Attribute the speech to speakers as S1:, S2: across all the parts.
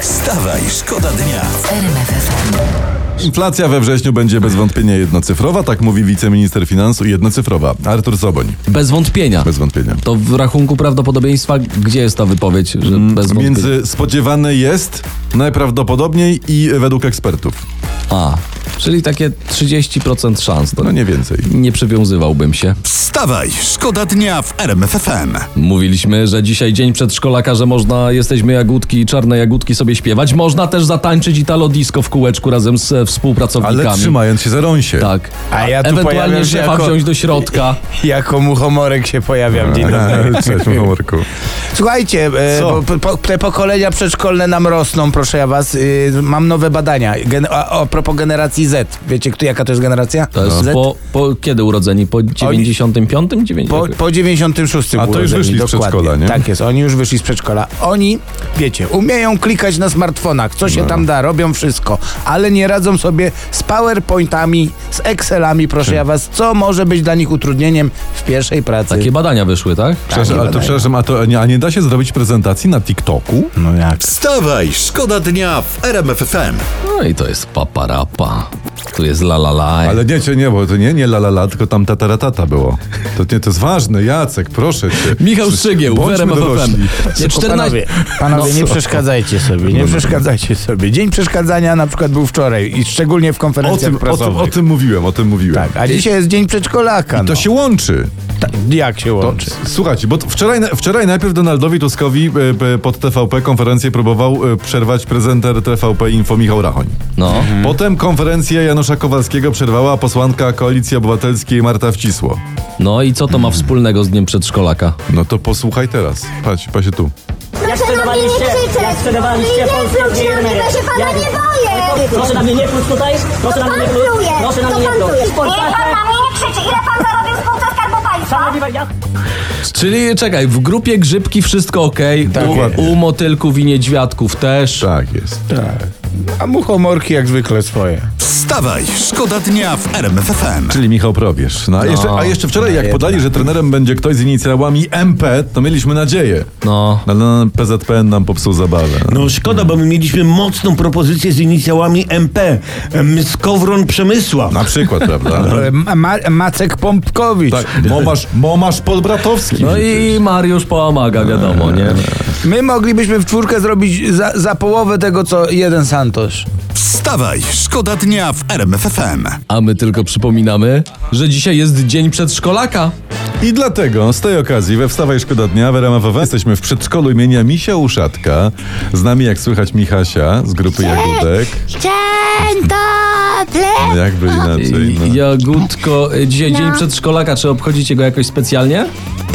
S1: Wstawaj, szkoda dnia.
S2: Inflacja we wrześniu będzie bez wątpienia jednocyfrowa, tak mówi wiceminister finansu jednocyfrowa Artur Soboń.
S3: Bez wątpienia.
S2: Bez wątpienia.
S3: To w rachunku prawdopodobieństwa, gdzie jest ta wypowiedź, że bez wątpienia?
S2: Mm, Między spodziewane jest najprawdopodobniej i według ekspertów.
S3: A, czyli takie 30% szans. To
S2: No nie więcej.
S3: nie przywiązywałbym się.
S1: Wstawaj, szkoda dnia w RMFFM.
S3: Mówiliśmy, że dzisiaj dzień przedszkolaka, że można, jesteśmy jagódki i czarne jagódki sobie śpiewać. Można też zatańczyć Italo Disco w kółeczku razem z e, współpracownikami.
S2: Ale trzymając się za rąsie.
S3: Tak.
S4: A ja tu
S3: Ewentualnie
S4: pojawiam się
S3: szefa
S4: jako-
S3: wziąć do środka.
S4: Jako muchomorek się pojawiam. Dzień dobry.
S3: Tak.
S2: Cześć, Marku.
S4: Tak. Słuchajcie, e,
S2: Co?
S4: bo, po, te pokolenia przedszkolne nam rosną, proszę ja was. Y, mam nowe badania Gen, a, a propos generacji Z. Wiecie, kto, jaka to jest generacja?
S3: To jest
S4: Z?
S3: po, po kiedy urodzeni? Po 95?
S4: Po,
S3: 90?
S4: po 96
S2: A to już
S4: urodzeni,
S2: wyszli z
S4: dokładnie.
S2: przedszkola, nie?
S4: Tak jest, oni już wyszli z przedszkola. Oni, wiecie, umieją klikać na smartfonach, co się
S2: No,
S4: tam da, robią wszystko, ale nie radzą sobie z PowerPointami, z Excelami, proszę ja was, co może być dla nich utrudnieniem w pierwszej pracy.
S3: Takie badania wyszły, tak?
S2: Przepraszam, ale to, przepraszam a, to, a nie, a nie da się zrobić prezentacji na TikToku?
S4: No jak?
S1: Wstawaj, szkoda dnia w RMFFM.
S3: No i to jest paparapa. Tu jest la la la.
S2: Ale nie, czy nie, bo to nie, nie la la la, tylko tam tataratata było. To nie, to jest ważne, Jacek, proszę cię.
S3: Michał Szczygieł, w
S2: Bądźmy
S3: RMF
S2: dorośli.
S3: FM.
S4: Panowie,
S3: 14...
S4: panowie
S3: No
S4: nie przeszkadzajcie sobie, nie przeszkadzajcie sobie. Dzień przeszkadzania na przykład był wczoraj i szczególnie w
S2: O
S4: konferencjach
S2: tym, o, tym,
S4: prasowych.
S2: o tym mówiłem, o tym mówiłem.
S4: Tak, a dzisiaj jest dzień przedszkolaka.
S2: To
S4: no.
S2: się tak. łączy.
S4: Ta- jak się łączy?
S2: Słuchajcie, bo t- wczoraj, na- wczoraj najpierw Donaldowi Tuskowi e, e, pod TVP konferencję próbował e, przerwać prezenter TVP Info Michał Rachoń.
S3: No.
S2: Potem konferencję Janusza Kowalskiego przerwała posłanka Koalicji Obywatelskiej Marta Wcisło.
S3: no i co to ma wspólnego z Dniem Przedszkolaka?
S2: No to posłuchaj teraz. Patrz, patrz tu.
S5: Jak
S6: Proszę na mnie nie
S5: sprzedawaliście-
S6: krzyczeć!
S5: jak sprzedawaliście
S6: Nie
S5: polskie
S6: pluć na
S5: firmy.
S6: mnie, ja się pana
S5: Jak-
S6: nie boję!
S5: Proszę na mnie nie pluć tutaj, proszę
S6: To
S5: na mnie
S6: pan
S5: nie pluć,
S6: pluje!
S5: proszę
S6: To
S5: na
S6: pan
S5: mnie nie pluć.
S6: pluje! Niech pan
S5: Polska-
S6: na mnie nie krzyczy! Ile pan zarobił z spółce Skarbu Państwa?
S5: Szanowni Państwo, ja-
S3: Czyli czekaj, w grupie grzybki wszystko ok,
S2: Dokładnie.
S3: u, u motylków i niedźwiadków też.
S2: Tak jest.
S4: A muchomorki jak zwykle swoje.
S1: Wstawaj, szkoda dnia w RMFFM.
S2: Czyli Michał Probierz. No, a, jeszcze, a jeszcze wczoraj, jak podali, że trenerem będzie ktoś z inicjałami MP, to mieliśmy nadzieję.
S3: No.
S2: Ale no, PZPN nam popsuł zabawę.
S7: No szkoda, bo my mieliśmy mocną propozycję z inicjałami MP. Em, Skowron Przemysław.
S2: Na przykład, prawda?
S4: E, Ma, ma, Macek Pompkowicz.
S2: Tak, Momasz, Momasz Podbratowski.
S3: No i Mariusz pomaga, wiadomo, nie?
S4: My moglibyśmy w czwórkę zrobić za, za połowę tego, co jeden Santosz.
S1: Wstawaj, szkoda dnia w RMFFM.
S3: A my tylko przypominamy, że dzisiaj jest Dzień Przedszkolaka.
S2: I dlatego z tej okazji we Wstawaj Szkoda Dnia w RMFW jesteśmy w przedszkolu imienia Misia Uszatka. Z nami, jak słychać, Michasia z grupy Jagódek.
S6: Dzień dobry!
S2: No jakby inaczej. No.
S3: Jagódko, y, dzisiaj Dzień
S6: No.
S3: Przedszkolaka, czy obchodzicie go jakoś specjalnie?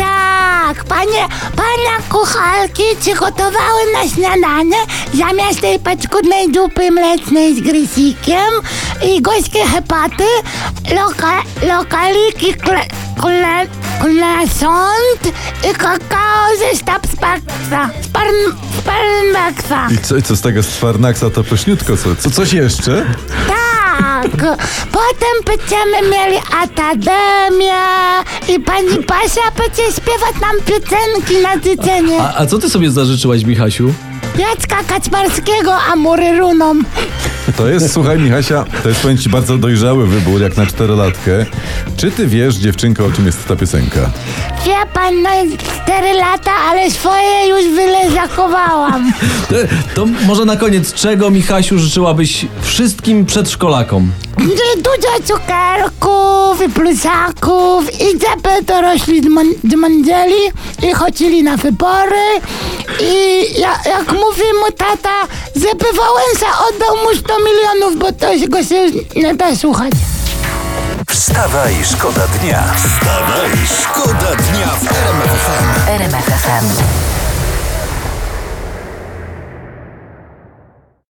S6: Tak, panie, pana kucharki przygotowały na śniadanie zamiast tej paskudnej dupy mlecznej z gryzikiem i gorzkie hepaty, loka, lokaliki kle, kle, klasąt i kakao ze sztabsbaksa. Sparnbaksa.
S2: I co, co z tego Stwarnaksa to pyszniutko, co, co, coś jeszcze?
S6: Tak. Potem będziemy mieli akademię i pani Basia będzie śpiewać nam piosenki na tydzień.
S3: A, a co ty sobie zażyczyłaś, Michasiu?
S6: Jacka Kaczmarskiego, a mury runą.
S2: To jest, słuchaj Michasia, to jest powiem ci bardzo dojrzały wybór, jak na czterolatkę. Czy ty wiesz, dziewczynko, o czym jest ta piosenka?
S6: Wie pan, no jest 4 lata, ale swoje już wylezakowałam.
S3: Ty, To może na koniec, czego Michasiu życzyłabyś wszystkim przedszkolakom?
S6: Dużo cukierków i plusaków i żeby dorośli dmądzeli i chodzili na wybory i ja, jak mówi mu tata, żeby Wałęsa oddał mu 100 milionów, bo to go się nie da słuchać.
S1: Wstawaj, szkoda dnia. Wstawaj, szkoda dnia w RMFFM.
S8: RMFFM.